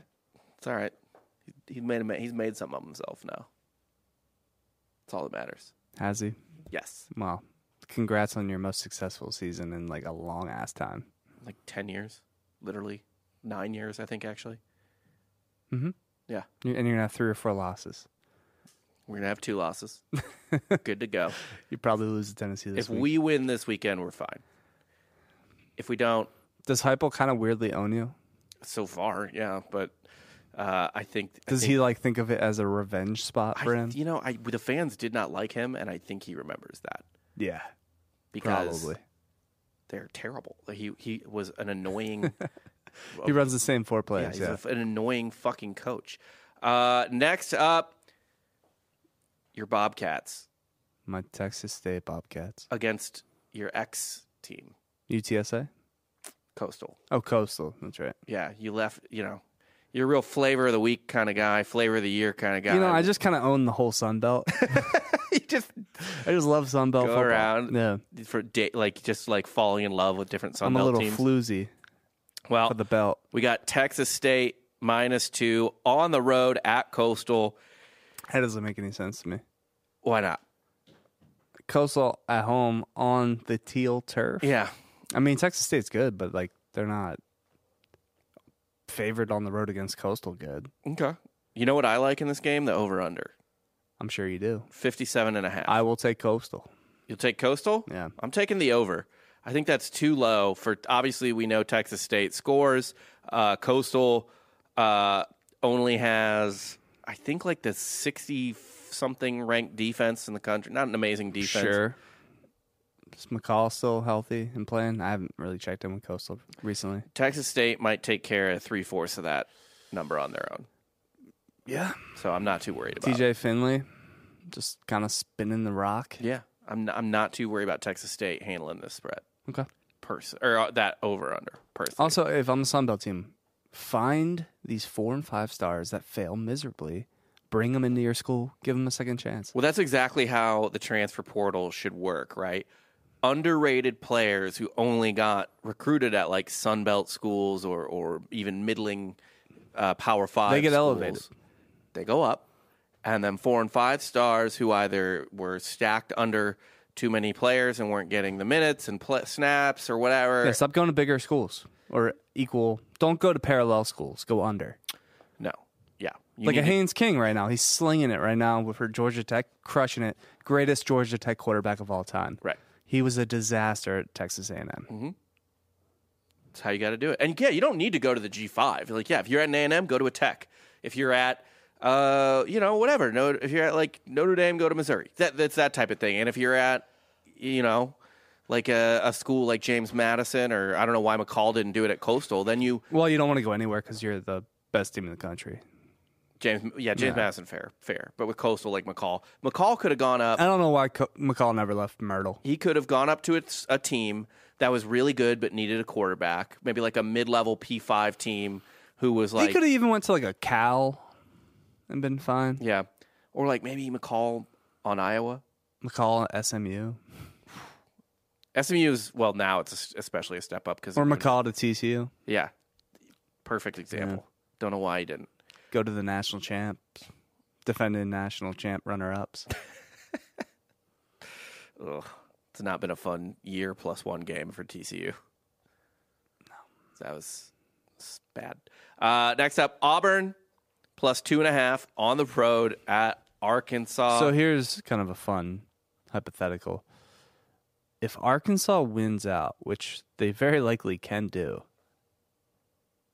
S1: It's all right. He, he made a, ma- he's made something of himself now. That's all that matters.
S2: Has he?
S1: Yes,
S2: Well, congrats on your most successful season in like a long ass time.
S1: like ten years, literally nine years. I think actually.
S2: Mhm.
S1: Yeah.
S2: You- And you're gonna have three or four losses.
S1: We're gonna have two losses. Good to go.
S2: You probably lose to Tennessee this
S1: if
S2: week.
S1: we win this weekend, we're fine. If we don't,
S2: Does Heupel kind of weirdly own you?
S1: so far, yeah. But uh, I think I
S2: Does
S1: think-
S2: he like think of it as a revenge spot
S1: I-
S2: for him?
S1: You know, I the fans did not like him, and I think he remembers that
S2: yeah,
S1: because
S2: probably.
S1: they're terrible. Like, He he was an annoying.
S2: He runs the same four
S1: Yeah,
S2: plays.
S1: he's
S2: Yeah,
S1: a f an annoying fucking coach. Uh, next up, your Bobcats
S2: my Texas State Bobcats,
S1: against your ex team.
S2: UTSA.
S1: Coastal.
S2: Oh, Coastal. That's right.
S1: Yeah, you left. You know, you're a real flavor of the week kind of guy, flavor of the year kind of guy.
S2: You know, I just kind of own the whole Sun Belt.
S1: you just
S2: I just love Sun Belt
S1: Go
S2: football.
S1: around.
S2: Yeah,
S1: for da- like just like falling in love with different Sun
S2: I'm a
S1: Belt
S2: little
S1: teams.
S2: floozy
S1: well,
S2: for the belt.
S1: we got Texas State minus two on the road at Coastal.
S2: That doesn't make any sense to me.
S1: Why not?
S2: Coastal at home on the teal turf.
S1: Yeah,
S2: I mean, Texas State's good, but like they're not favored on the road against Coastal. Good.
S1: Okay. You know what I like in this game? The over under.
S2: I'm sure you do.
S1: 57 and a half.
S2: I will take Coastal.
S1: You'll take Coastal?
S2: Yeah.
S1: I'm taking the over. I think that's too low for obviously we know Texas State scores. Uh, Coastal uh, only has I think like the 60 something ranked defense in the country. Not an amazing defense.
S2: Sure. Is McCall still healthy and playing? I haven't really checked in with Coastal recently.
S1: Texas State might take care of three fourths of that number on their own.
S2: Yeah.
S1: So I'm not too worried about it.
S2: TJ Finley, just kind of spinning the rock.
S1: Yeah. I'm not, I'm not too worried about Texas State handling this spread.
S2: Okay.
S1: Person or uh, that over under person.
S2: Also, if I'm the Sunbelt team, find these four and five stars that fail miserably, bring them into your school, give them a second chance.
S1: Well, that's exactly how the transfer portal should work, right? Underrated players who only got recruited at like Sunbelt schools or or even middling uh, Power Five.
S2: They get
S1: schools,
S2: elevated.
S1: They go up, and then four and five stars who either were stacked under too many players and weren't getting the minutes and pl- snaps or whatever.
S2: Yeah, stop going to bigger schools or equal. Don't go to parallel schools. Go under.
S1: No, yeah, You
S2: like
S1: need
S2: a
S1: to-
S2: Haynes King right now. He's slinging it right now with- for Georgia Tech, crushing it. Greatest Georgia Tech quarterback of all time.
S1: Right. Mm-hmm.
S2: He was a disaster at Texas A&M.
S1: That's how you got to do it. And yeah, you don't need to go to the G five. Like yeah, if you're at an A and M, go to a Tech. If you're at uh, you know, whatever. No, if you're at like Notre Dame, go to Missouri. That that's that type of thing. And if you're at, you know, like a, a school like James Madison, or I don't know why McCall didn't do it at Coastal. Then you
S2: Well, you don't want to go anywhere because you're the best team in the country.
S1: James, yeah, James Madison, fair, fair. But with Coastal, like McCall, McCall could have gone up.
S2: I don't know why Co- McCall never left Myrtle.
S1: He could have gone up to a, a team that was really good but needed a quarterback, maybe like a mid level P five team who was like
S2: he could have even went to like a Cal and been fine.
S1: Yeah. Or like maybe McCall on Iowa.
S2: McCall at SMU
S1: SMU is, well, now it's es- especially a step up because.
S2: or McCall to TCU.
S1: Yeah. Perfect example. Don't know why he didn't.
S2: Go to the national champs, defending national champ runner-ups.
S1: Ugh. It's not been a fun year plus one game for TCU. No. That was, it's bad. Uh, next up, Auburn plus two and a half on the road at Arkansas.
S2: So here's kind of a fun hypothetical. If Arkansas wins out, which they very likely can do,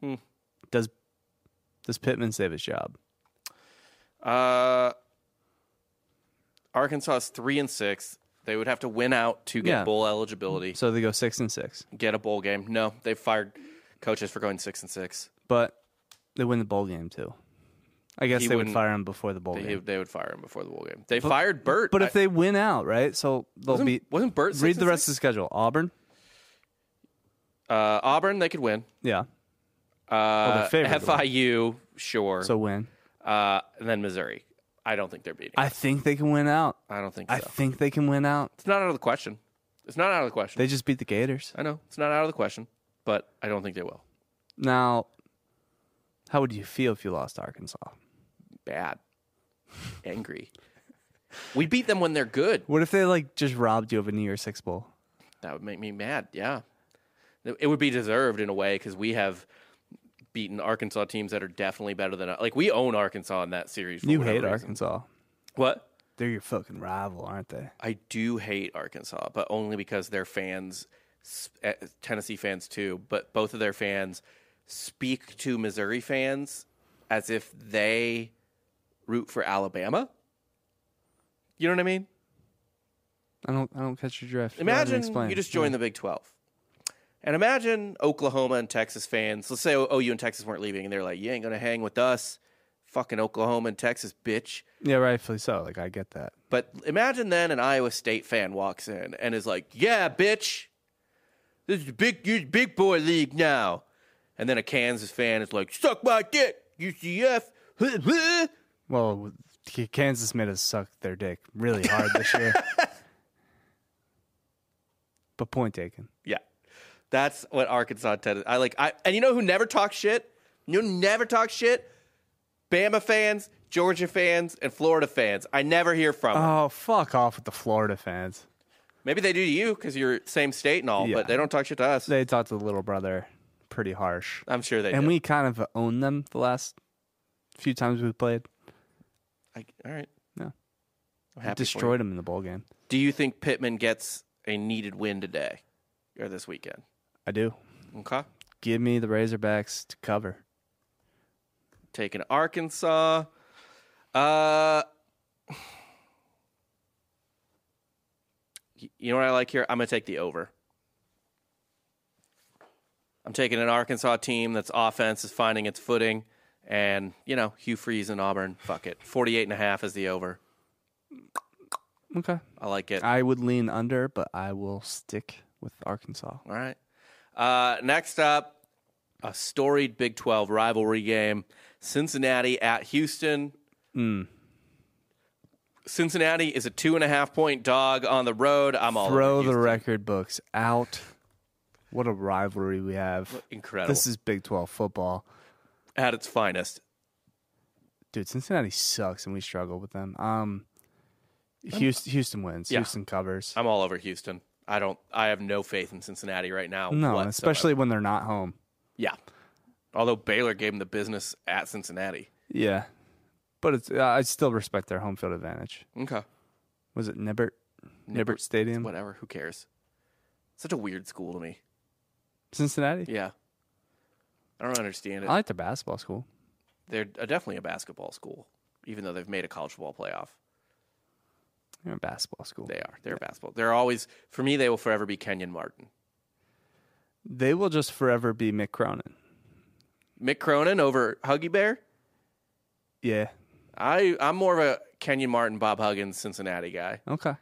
S1: Hmm.
S2: does does Pittman save his job?
S1: Uh, Arkansas is three and six. They would have to win out to get
S2: Yeah.
S1: bowl eligibility.
S2: So they go six and six,
S1: get a bowl game. No, they fired coaches for going six and six.
S2: but they win the bowl game too. I guess
S1: He
S2: they would
S1: wouldn't-
S2: fire him before the bowl
S1: They,
S2: game.
S1: they would fire him before the bowl game. They fired Burt.
S2: But if they win out, right? So they'll
S1: wasn't,
S2: be.
S1: wasn't Burt six
S2: read the
S1: and
S2: rest of the schedule. Auburn,
S1: six? uh, Auburn, they could win.
S2: yeah.
S1: Uh,
S2: Oh, they're favored to win.
S1: FIU, sure.
S2: So win.
S1: uh, and then Missouri. I don't think they're beating. I,
S2: I think they can win out.
S1: don't think so.
S2: I think they can win out.
S1: it's not out of the question. It's not out of the question.
S2: They just beat the Gators.
S1: I know it's not out of the question, but I don't think they will.
S2: Now, how would you feel if you lost to Arkansas?
S1: Bad, angry. We beat them when they're good.
S2: What if they like just robbed you of a New Year's Six bowl?
S1: That would make me mad. Yeah, it would be deserved in a way because we have beaten Arkansas teams that are definitely better than us. Like we own Arkansas in that series. For
S2: You
S1: whatever
S2: hate
S1: reason.
S2: Arkansas.
S1: What?
S2: They're your fucking rival, aren't they?
S1: I do hate Arkansas, but only because their fans, s- eh, Tennessee fans too, but both of their fans speak to Missouri fans as if they root for Alabama. You know what I mean?
S2: I don't. I don't catch your drift. Go ahead and
S1: Imagine
S2: explain.
S1: you just join the Big 12. And imagine Oklahoma and Texas fans. Let's say OU and Texas weren't leaving, and they're like, "You ain't gonna hang with us, fucking Oklahoma and Texas, bitch."
S2: Yeah, rightfully so. Like I get that.
S1: But imagine then an Iowa State fan walks in and is like, "Yeah, bitch, This is big, you big boy league now. And then a Kansas fan is like, suck my dick, UCF.
S2: Well, K- Kansas made us suck their dick really hard this year. But point taken.
S1: yeah, that's what Arkansas Ted. I like. I and you know who never talks shit. You know who never talk shit. Bama fans, Georgia fans, and Florida fans. I never hear from. 'em.
S2: Oh, fuck off with the Florida fans.
S1: Maybe they do to you because you're same state and all,
S2: Yeah.
S1: but they don't talk shit to us.
S2: They talked to the little brother pretty harsh.
S1: I'm sure they.
S2: and
S1: do.
S2: we kind of owned them the last few times we played.
S1: I, all right.
S2: Yeah.
S1: I'm happy For you.
S2: Destroyed them in the bowl game.
S1: Do you think Pittman gets a needed win today or this weekend?
S2: I do.
S1: Okay.
S2: Give me the Razorbacks to cover.
S1: Taking Arkansas. Uh, y- you know what I like here? I'm going to take the over. I'm taking an Arkansas team that's offense is finding its footing. And, you know, Hugh Freeze and Auburn, fuck it. 48 and a half is the over.
S2: Okay.
S1: I like it.
S2: I would lean under, but I will stick with Arkansas.
S1: All right. Uh, next up, a storied Big 12 rivalry game Cincinnati at Houston.
S2: Hmm.
S1: Cincinnati is a two and a half point dog on the road. I'm all
S2: Throw
S1: over
S2: the
S1: Houston.
S2: record books out. What a rivalry we have.
S1: Incredible.
S2: This is Big 12 football.
S1: at its finest.
S2: Dude, Cincinnati sucks and we struggle with them. Um Houston, Houston wins.
S1: Yeah.
S2: Houston covers.
S1: I'm all over Houston. I don't. I have no faith in Cincinnati right now.
S2: No,
S1: whatsoever.
S2: especially when they're not home.
S1: yeah. Although Baylor gave them the business at Cincinnati.
S2: Yeah. But it's I still respect their home field advantage.
S1: Okay.
S2: Was it Nibbert? Nibbert Stadium?
S1: Whatever. Who cares? Such a weird school to me.
S2: Cincinnati?
S1: Yeah. I don't understand it.
S2: I like their basketball school.
S1: they're a- definitely a basketball school, even though they've made a college football playoff.
S2: They're a basketball school.
S1: They are. They're a basketball. They're always, for me, they will forever be Kenyon Martin.
S2: They will just forever be Mick Cronin.
S1: Mick Cronin over Huggy Bear.
S2: Yeah.
S1: I, I'm more of a Kenyon Martin, Bob Huggins, Cincinnati guy.
S2: Okay.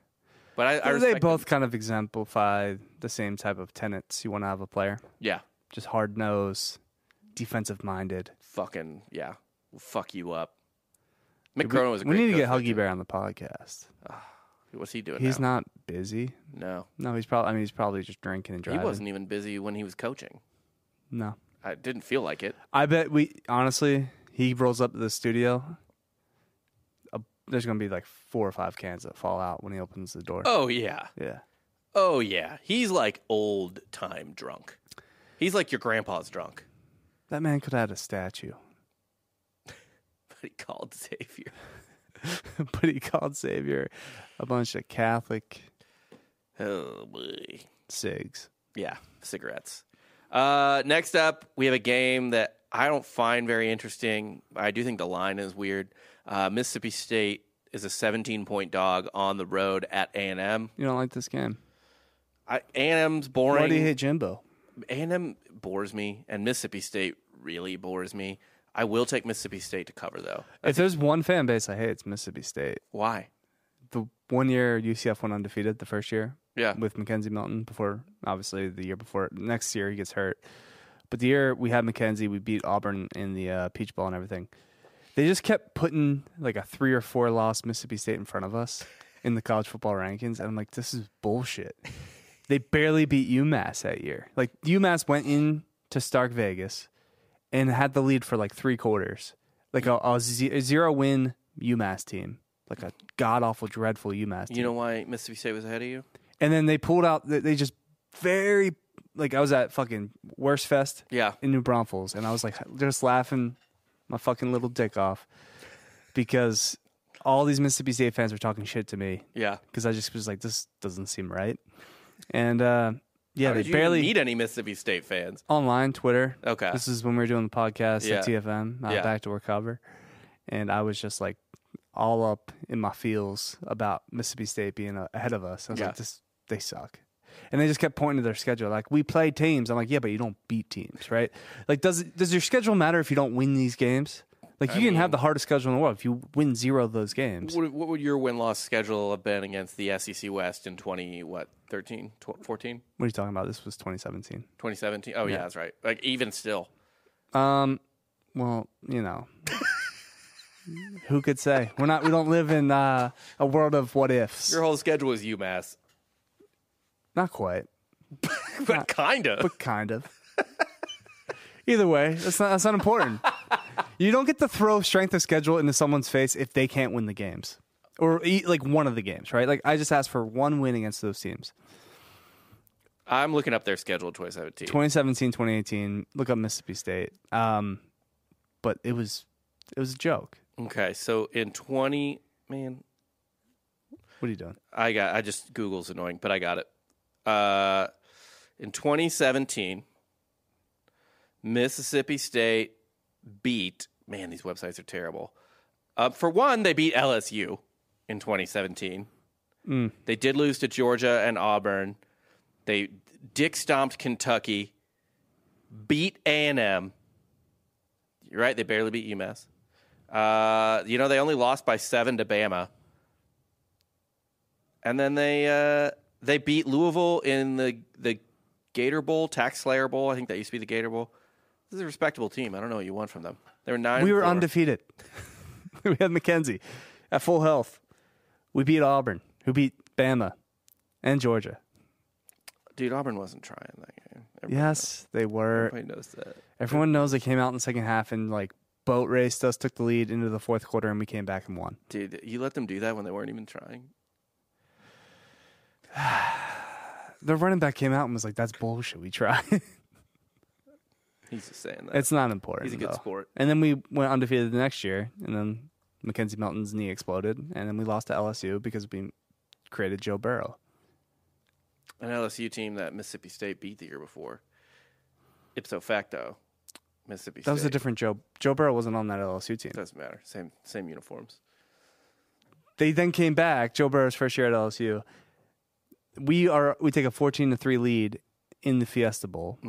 S1: But I, I
S2: they
S1: respect
S2: both
S1: them.
S2: kind of exemplify the same type of tenets you want to have a player.
S1: Yeah.
S2: Just hard nosed, defensive minded.
S1: Fucking, yeah. Will fuck you up. Mick Cronin was a
S2: We
S1: great
S2: need to
S1: coach.
S2: get Huggy Bear on the podcast.
S1: What's he doing
S2: He's
S1: now?
S2: not busy.
S1: no.
S2: No, he's probably. I mean, he's probably just drinking and driving.
S1: He wasn't even busy when he was coaching.
S2: No,
S1: I didn't feel like it.
S2: I bet we honestly. He rolls up to the studio. Uh, there's gonna be like four or five cans that fall out when he opens the door.
S1: Oh, yeah.
S2: Yeah,
S1: Oh, yeah. He's like old time drunk. He's like your grandpa's drunk.
S2: that man could have had a statue,
S1: but he called Xavier.
S2: but he called Xavier a bunch of Catholic
S1: Oh boy.
S2: cigs.
S1: Yeah, cigarettes. Uh, next up, we have a game that I don't find very interesting. I do think the line is weird. Uh, Mississippi State is a 17 point dog on the road at A and M.
S2: You don't like this game?
S1: A and M's
S2: Why do you
S1: boring.
S2: hate Jimbo?
S1: A and M bores me, and Mississippi State really bores me. I will take Mississippi State to cover though.
S2: If there's one fan base I hate, it's Mississippi State.
S1: Why?
S2: The one year UCF went undefeated, the first year,
S1: Yeah,
S2: with Mackenzie Milton before obviously the year before next year he gets hurt. But the year we had Mackenzie, we beat Auburn in the uh, Peach Bowl and everything. They just kept putting like a three or four loss Mississippi State in front of us in the college football rankings, and I'm like, this is bullshit. They barely beat UMass that year. Like UMass went in to Stark Vegas and had the lead for like three quarters, like a, a ze- a zero win UMass team, like a god awful, dreadful UMass. team.
S1: you know why Mississippi State was ahead of you?
S2: And then they pulled out. They they just very like I was at fucking Worst Fest
S1: Yeah,
S2: in New Braunfels, and I was like just laughing my fucking little dick off because all these Mississippi State fans were talking shit to me
S1: yeah.
S2: because I just was like, this doesn't seem right. And uh, yeah,
S1: How
S2: they
S1: did you even
S2: barely
S1: need any Mississippi State fans.
S2: online Twitter.
S1: Okay.
S2: This is when we were doing the podcast
S1: Yeah.
S2: at TFM, uh,
S1: Yeah.
S2: back to recover, and I was just like all up in my feels about Mississippi State being uh, ahead of us. I was
S1: Yeah.
S2: like, this they suck. And they just kept pointing to their schedule, like we play teams. I'm like, yeah, but you don't beat teams, right? Like, does does your schedule matter if you don't win these games? Like you can have the hardest schedule in the world if you win zero of those games.
S1: What, what would your win loss schedule have been against the SEC West in 20, what, 13, tw- 14,
S2: What are you talking about? This was 2017.
S1: 2017? Oh, yeah. that's right. Like, even still.
S2: Um, well, you know, who could say? We're not. We don't live in uh, a world of what ifs.
S1: Your whole schedule was UMass,
S2: not quite,
S1: but kind of.
S2: but kind of. Either way, that's not. That's not important. you don't get to throw strength of schedule into someone's face if they can't win the games or eat like one of the games, right? Like I just asked for one win against those teams.
S1: I'm looking up their schedule 2017.
S2: 2017 2018 look up mississippi state um, but it was it was a joke
S1: Okay, so in 20, man,
S2: what are you doing
S1: I got. I just Google's annoying, but I got it. Uh, in 2017, Mississippi State beat. Man, these websites are terrible. Uh, for one, they beat LSU in 2017.
S2: Mm.
S1: They did lose to Georgia and Auburn. They dick stomped Kentucky, beat A and M. You're right. They barely beat UMass. Uh, you know they only lost by seven to Bama and then they uh, they beat Louisville in the the Gator Bowl, Tax Slayer Bowl. I think that used to be the Gator Bowl. This is a respectable team. I don't know what you want from them. They were nine.
S2: we
S1: and
S2: were
S1: four.
S2: undefeated we had mckenzie at full health we beat auburn who beat bama and georgia
S1: Dude, Auburn wasn't trying that game. Everybody,
S2: yes they were
S1: everybody knows that.
S2: everyone knows they came out in the second half and like boat raced us took the lead into the fourth quarter and we came back and won
S1: Dude, you let them do that when they weren't even trying.
S2: their running back came out and was like that's bullshit we try
S1: He's just saying that.
S2: It's not important.
S1: He's a good
S2: though.
S1: sport.
S2: And then we went undefeated the next year, and then Mackenzie Melton's knee exploded, and then we lost to LSU because we created Joe Burrow.
S1: An LSU team that Mississippi State beat the year before. Ipso facto, Mississippi State.
S2: That was a different Joe. Joe Burrow wasn't on that LSU team.
S1: Doesn't matter. Same same uniforms.
S2: They then came back. Joe Burrow's first year at LSU. We are we take a fourteen to three lead in the Fiesta Bowl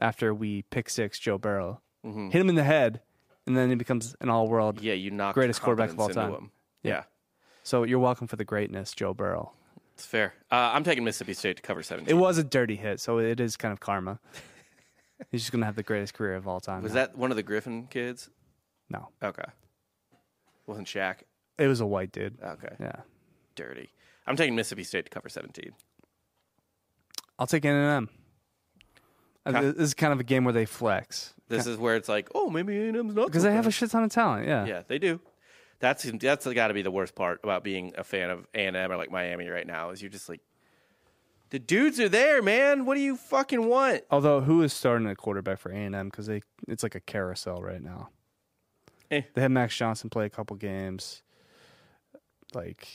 S2: after we pick six Joe Burrow, hit him in the head, and then he becomes an all world.
S1: Mm-hmm. Yeah, you knocked
S2: Greatest quarterback of all
S1: confidence into
S2: time.
S1: them. yeah.
S2: So you're welcome for the greatness, Joe Burrow.
S1: It's fair. Uh, I'm taking Mississippi State to cover 17.
S2: It was a dirty hit, so it is kind of karma. He's just gonna have the greatest career of all time.
S1: Was
S2: now.
S1: that one of the Griffin kids?
S2: no?
S1: Okay. Wasn't Shaq?
S2: It was a white dude.
S1: Okay.
S2: Yeah,
S1: Dirty. I'm taking Mississippi State to cover 17.
S2: I'll take N and M.
S1: Okay.
S2: This is kind of a game where they flex
S1: This is where it's like, oh, maybe A&M's not.
S2: because
S1: so
S2: they have a
S1: bad.
S2: shit ton of talent. Yeah,
S1: yeah, they do. That's that's got to be the worst part about being a fan of A&M or like Miami right now is you're just like, the dudes are there, man. What do you fucking want?
S2: Although, who is starting at quarterback for A and M? Because they it's like a carousel right now.
S1: Eh.
S2: They had Max Johnson play a couple games. Like,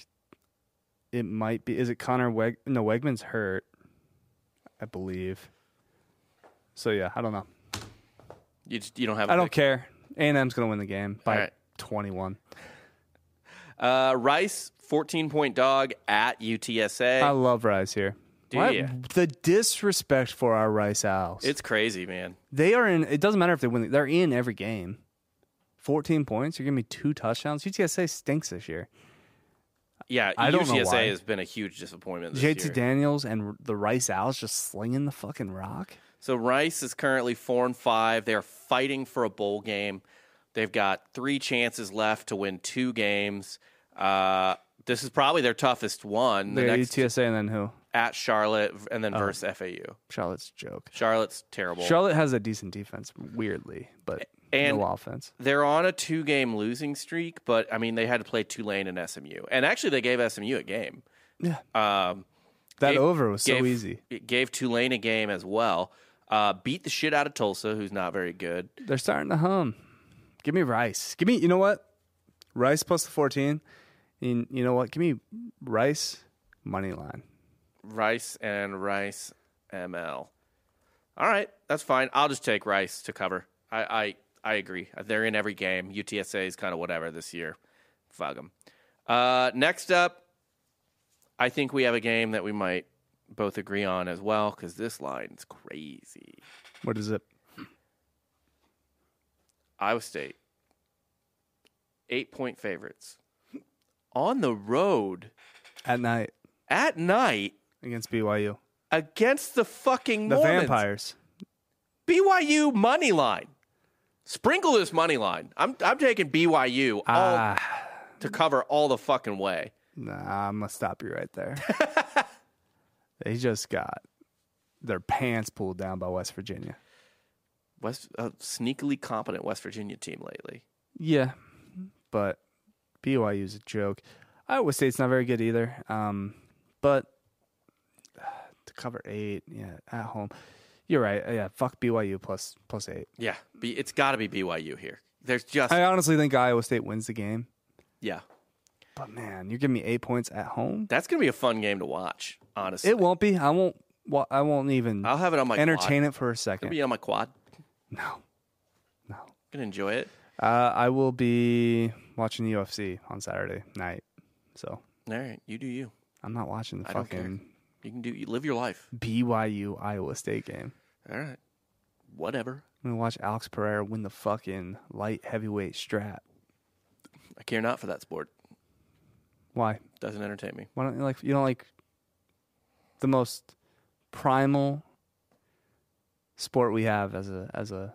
S2: it might be. Is it Connor Weg? No, Wegman's hurt, I believe. So yeah, I don't know.
S1: You just, you don't have. a
S2: I don't
S1: pick.
S2: care. A and M's gonna win the game by
S1: All right.
S2: twenty-one.
S1: Uh, Rice 14 point dog at UTSA.
S2: I love Rice here.
S1: Do ya?
S2: The disrespect for our Rice Owls.
S1: it's crazy, man.
S2: they are in. It doesn't matter if they win. They're in every game. Fourteen points. You're giving me two touchdowns. UTSA stinks this year.
S1: Yeah,
S2: I don't know
S1: UTSA
S2: why.
S1: has been a huge disappointment. This
S2: JT
S1: year.
S2: Daniels and the Rice Owls just slinging the fucking rock.
S1: So Rice is currently four and five. They are fighting for a bowl game. They've got three chances left to win two games. Uh, this is probably their toughest one. The
S2: They got
S1: next
S2: UTSA and then who?
S1: at Charlotte and then versus FAU.
S2: Charlotte's a joke.
S1: Charlotte's terrible.
S2: Uh-huh. Charlotte has a decent defense, weirdly, but
S1: And-
S2: no offense.
S1: They're on a two-game losing streak, but I mean they had to play Tulane and SMU, and actually they gave SMU a game.
S2: Yeah.
S1: Um,
S2: That
S1: gave-
S2: over was so
S1: gave-
S2: easy.
S1: It gave Tulane a game as well. Uh, beat the shit out of Tulsa, who's not very good.
S2: They're starting to hum. Give me Rice. Give me, you know what? Rice plus the 14. And you know what? Give me Rice money line.
S1: Rice and Rice ML. All right, that's fine. I'll just take Rice to cover. I I, I agree. They're in every game. UTSA is kind of whatever this year. Fuck them. Uh, next up, I think we have a game that we might both agree on as well because this line's crazy.
S2: What is it?
S1: Iowa State eight point favorites on the road
S2: at night
S1: at night
S2: against BYU.
S1: against the fucking
S2: The
S1: Mormons.
S2: vampires.
S1: BYU money line. Sprinkle this money line. I'm I'm taking BYU all,
S2: Ah,
S1: to cover all the fucking way.
S2: nah, I'm gonna stop you right there. they just got their pants pulled down by West Virginia.
S1: West a sneakily competent West Virginia team lately.
S2: Yeah, but BYU's a joke. Iowa State's not very good either. Um, but to cover eight, yeah, at home, you're right. Uh, Yeah, fuck BYU plus plus eight.
S1: Yeah, B, it's got to be BYU here. There's just
S2: I honestly think Iowa State wins the game.
S1: yeah.
S2: But man, you're giving me eight points at home.
S1: That's gonna be a fun game to watch. Honestly,
S2: It won't be. I won't. wa- I won't even
S1: I'll have it on my
S2: entertain
S1: Quad.
S2: it for a
S1: It'll
S2: second.
S1: be on my quad.
S2: no, no.
S1: Gonna enjoy it.
S2: Uh, I will be watching the UFC on Saturday night, so
S1: All right, you do you.
S2: I'm not watching the
S1: I don't care.
S2: fucking
S1: You can do. You live your life.
S2: BYU Iowa State game.
S1: All right, whatever.
S2: I'm gonna watch Alex Pereira win the fucking light heavyweight strap.
S1: I care not for that sport.
S2: Why?
S1: Doesn't entertain me.
S2: Why don't you like? You don't like the most primal sport we have as a as a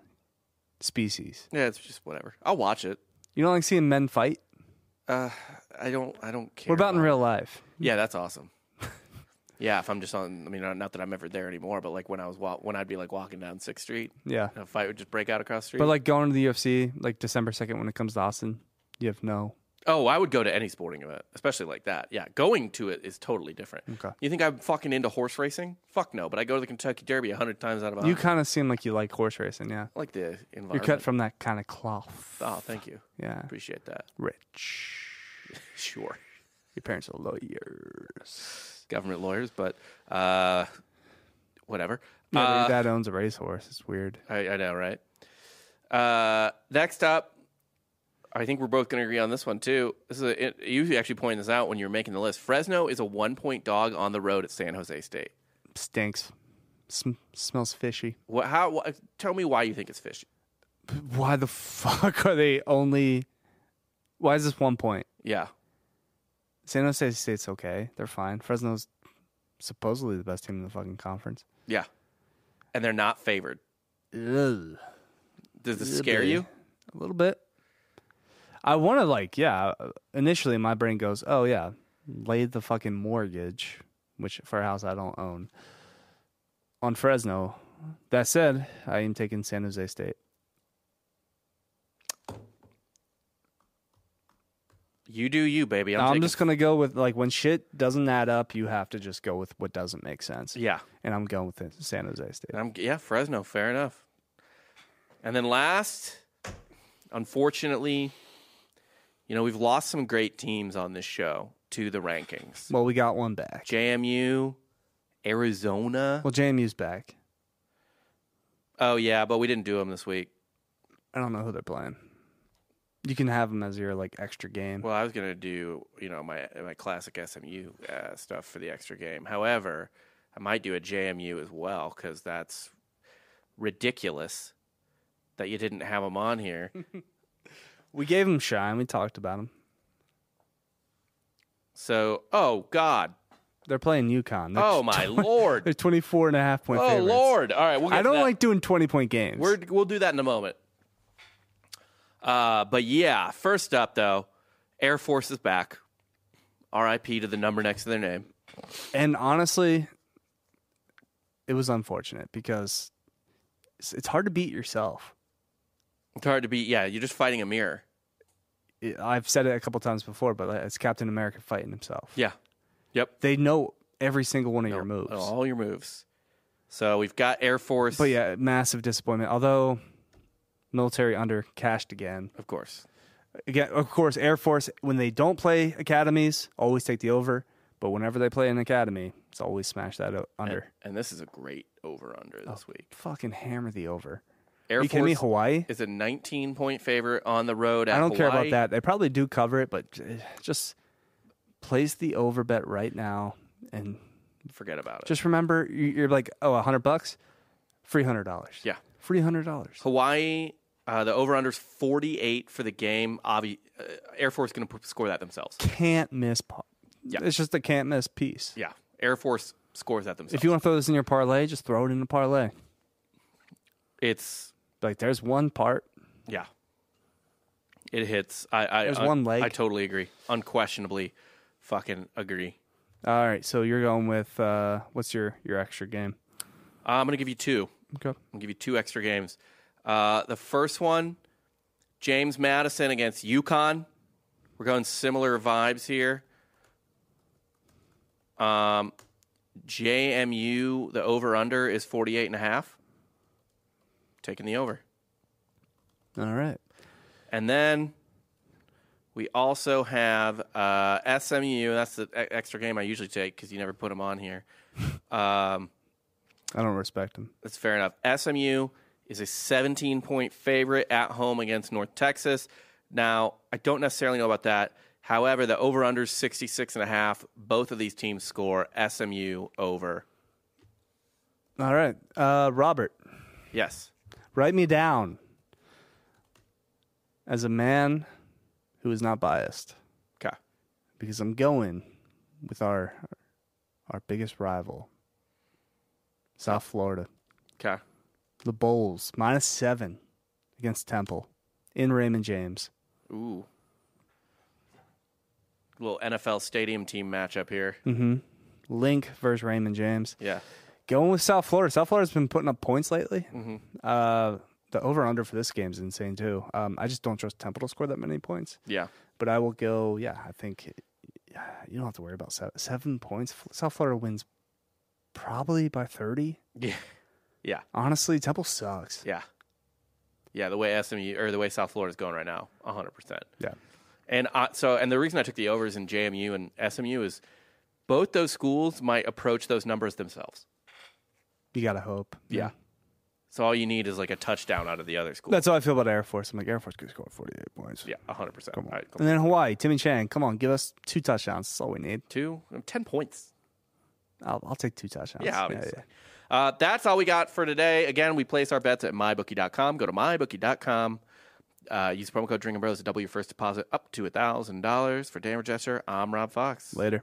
S2: species.
S1: Yeah, it's just whatever. I'll watch it.
S2: You don't like seeing men fight.
S1: Uh, I don't. I don't care.
S2: What about in
S1: it.
S2: real life?
S1: Yeah, that's awesome. yeah, if I'm just on, I mean, not that I'm ever there anymore, but like when I was wa- when I'd be like walking down Sixth Street,
S2: Yeah,
S1: and a fight would just break out across the street.
S2: but like going to the UFC, like December second when it comes to Austin, you have no.
S1: oh, I would go to any sporting event, especially like that. Yeah, going to it is totally different.
S2: Okay.
S1: You think I'm fucking into horse racing? Fuck no. But I go to the Kentucky Derby a hundred times out of a
S2: You
S1: hundred.
S2: kind of seem like you like horse racing. Yeah,
S1: I like the
S2: you're
S1: environment.
S2: cut from that kind of cloth.
S1: oh, thank you.
S2: Yeah,
S1: Appreciate that.
S2: rich.
S1: Sure.
S2: Your parents are lawyers.
S1: Government lawyers, but uh, whatever.
S2: Yeah,
S1: Uh,
S2: your dad owns a racehorse. It's weird.
S1: I, I know, right? Uh, next up, I think we're both going to agree on this one too. This is a, it, you actually pointed this out when you were making the list. Fresno is a one-point dog on the road at San Jose State.
S2: Stinks. Sm- smells fishy.
S1: What? How? What, tell me why you think it's fishy.
S2: Why the fuck are they only? Why is this one point?
S1: Yeah,
S2: San Jose State's okay. They're fine. Fresno's supposedly the best team in the fucking conference.
S1: yeah, and they're not favored.
S2: Ugh.
S1: Does this scare you?
S2: A little bit. I want to like, yeah. Initially, my brain goes, "Oh yeah, lay the fucking mortgage," which for a house I don't own, on Fresno. That said, I am taking San Jose State.
S1: You do you, baby. I'm,
S2: I'm
S1: taking-
S2: just gonna go with like when shit doesn't add up, you have to just go with what doesn't make sense.
S1: yeah.
S2: And I'm going with San Jose State.
S1: I'm yeah, Fresno, fair enough. And then last, unfortunately, you know, we've lost some great teams on this show to the rankings.
S2: Well, we got one back.
S1: JMU, Arizona.
S2: Well, JMU's back.
S1: Oh yeah, but we didn't do them this week.
S2: I don't know who they're playing. You can have them as your like extra game.
S1: Well, I was gonna do you know my my classic SMU uh, stuff for the extra game. However, I might do a JMU as well because that's ridiculous that you didn't have them on here.
S2: we gave them shine. We talked about them.
S1: So, oh God,
S2: They're playing UConn. They're
S1: oh my lord,
S2: They're 24 and a half point
S1: Oh
S2: favorites.
S1: Lord! All right, we'll get
S2: I
S1: to
S2: don't
S1: that.
S2: like doing 20 point games.
S1: We're, we'll do that in a moment. Uh, but yeah, first up though, Air Force is back. R.I.P. to the number next to their name.
S2: and honestly, it was unfortunate because it's, it's hard to beat yourself.
S1: It's hard to beat. Yeah, you're just fighting a mirror.
S2: It- I've said it a couple times before, but it's Captain America fighting himself.
S1: Yeah, yep.
S2: They know every single one of your moves.
S1: All your moves. So we've got Air Force.
S2: But yeah, massive disappointment. Although military under cashed again.
S1: of course.
S2: Again, of course, Air Force when they don't play academies, always take the over. But whenever they play an academy, it's always smash that o- under.
S1: And this is a great over under this week.
S2: Fucking hammer the over.
S1: Air
S2: Are Oh. you kidding me?
S1: Force
S2: Hawaii?
S1: is a 19 point favorite on the road. At
S2: I don't care about
S1: Hawaii.
S2: that. They probably do cover it, but j- just place the over bet right now and
S1: Forget about it.
S2: just remember you- you're like, oh, a hundred bucks, three hundred dollars.
S1: Yeah.
S2: three hundred dollars.
S1: Hawaii Uh, the over under's 48 for the game. Obvi- uh, Air Force going to score that themselves.
S2: Can't miss. Par-
S1: Yeah.
S2: It's just a can't miss piece.
S1: Yeah. Air Force scores that themselves.
S2: If you want to throw this in your parlay, just throw it in a parlay.
S1: it's,
S2: Like, there's one part.
S1: yeah. It hits. I, I
S2: There's
S1: I-
S2: one leg.
S1: I totally agree. Unquestionably fucking agree.
S2: All right, so you're going with uh, what's your your extra game?
S1: Uh, I'm going to give you two.
S2: Okay.
S1: I'll give you two extra games. Uh, the first one, James Madison against UConn. We're going similar vibes here. Um, JMU, the over under is 48 and a half. Taking the over.
S2: All right.
S1: And then we also have uh, SMU. That's the e- extra game I usually take because you never put them on here. Um,
S2: I don't respect him.
S1: That's fair enough. SMU is a 17 point favorite at home against North Texas. Now, I don't necessarily know about that. However, the over under 66 and a half. Both of these teams score SMU over.
S2: All right, uh, Robert,
S1: Yes.
S2: write me down as a man who is not biased
S1: Okay.
S2: because I'm going with our our biggest rival, South Florida,
S1: Okay.
S2: the Bulls minus seven against Temple in Raymond James.
S1: Ooh. Little NFL stadium team matchup here.
S2: Link versus Raymond James.
S1: Yeah.
S2: Going with South Florida. South Florida's been putting up points lately. Uh, the over under for this game is insane too. Um, I just don't trust Temple to score that many points.
S1: Yeah.
S2: But I will go. Yeah, I think you don't have to worry about seven, seven points. F- South Florida wins probably by thirty.
S1: Yeah. Yeah.
S2: Honestly, Temple sucks.
S1: Yeah. Yeah. The way SMU or the way South Florida's going right now, 100%.
S2: Yeah,
S1: And I, so, and the reason I took the overs in JMU and SMU is both those schools might approach those numbers themselves.
S2: you gotta hope.
S1: Yeah. So all you need is like a touchdown out of the other school.
S2: that's how I feel about Air Force. I'm like Air Force could score forty eight points.
S1: yeah, hundred percent. All right,
S2: And then Hawaii, Timmy Chang, come on, give us two touchdowns. That's all we need.
S1: two, um, ten points.
S2: I'll, I'll take two touchdowns.
S1: Yeah, obviously. Uh, that's all we got for today. Again, we place our bets at mybookie.com. Go to mybookie.com. Uh, use promo code Drinking Bros to double your first deposit up to thousand dollars for Dan Jester. I'm Rob Fox.
S2: Later.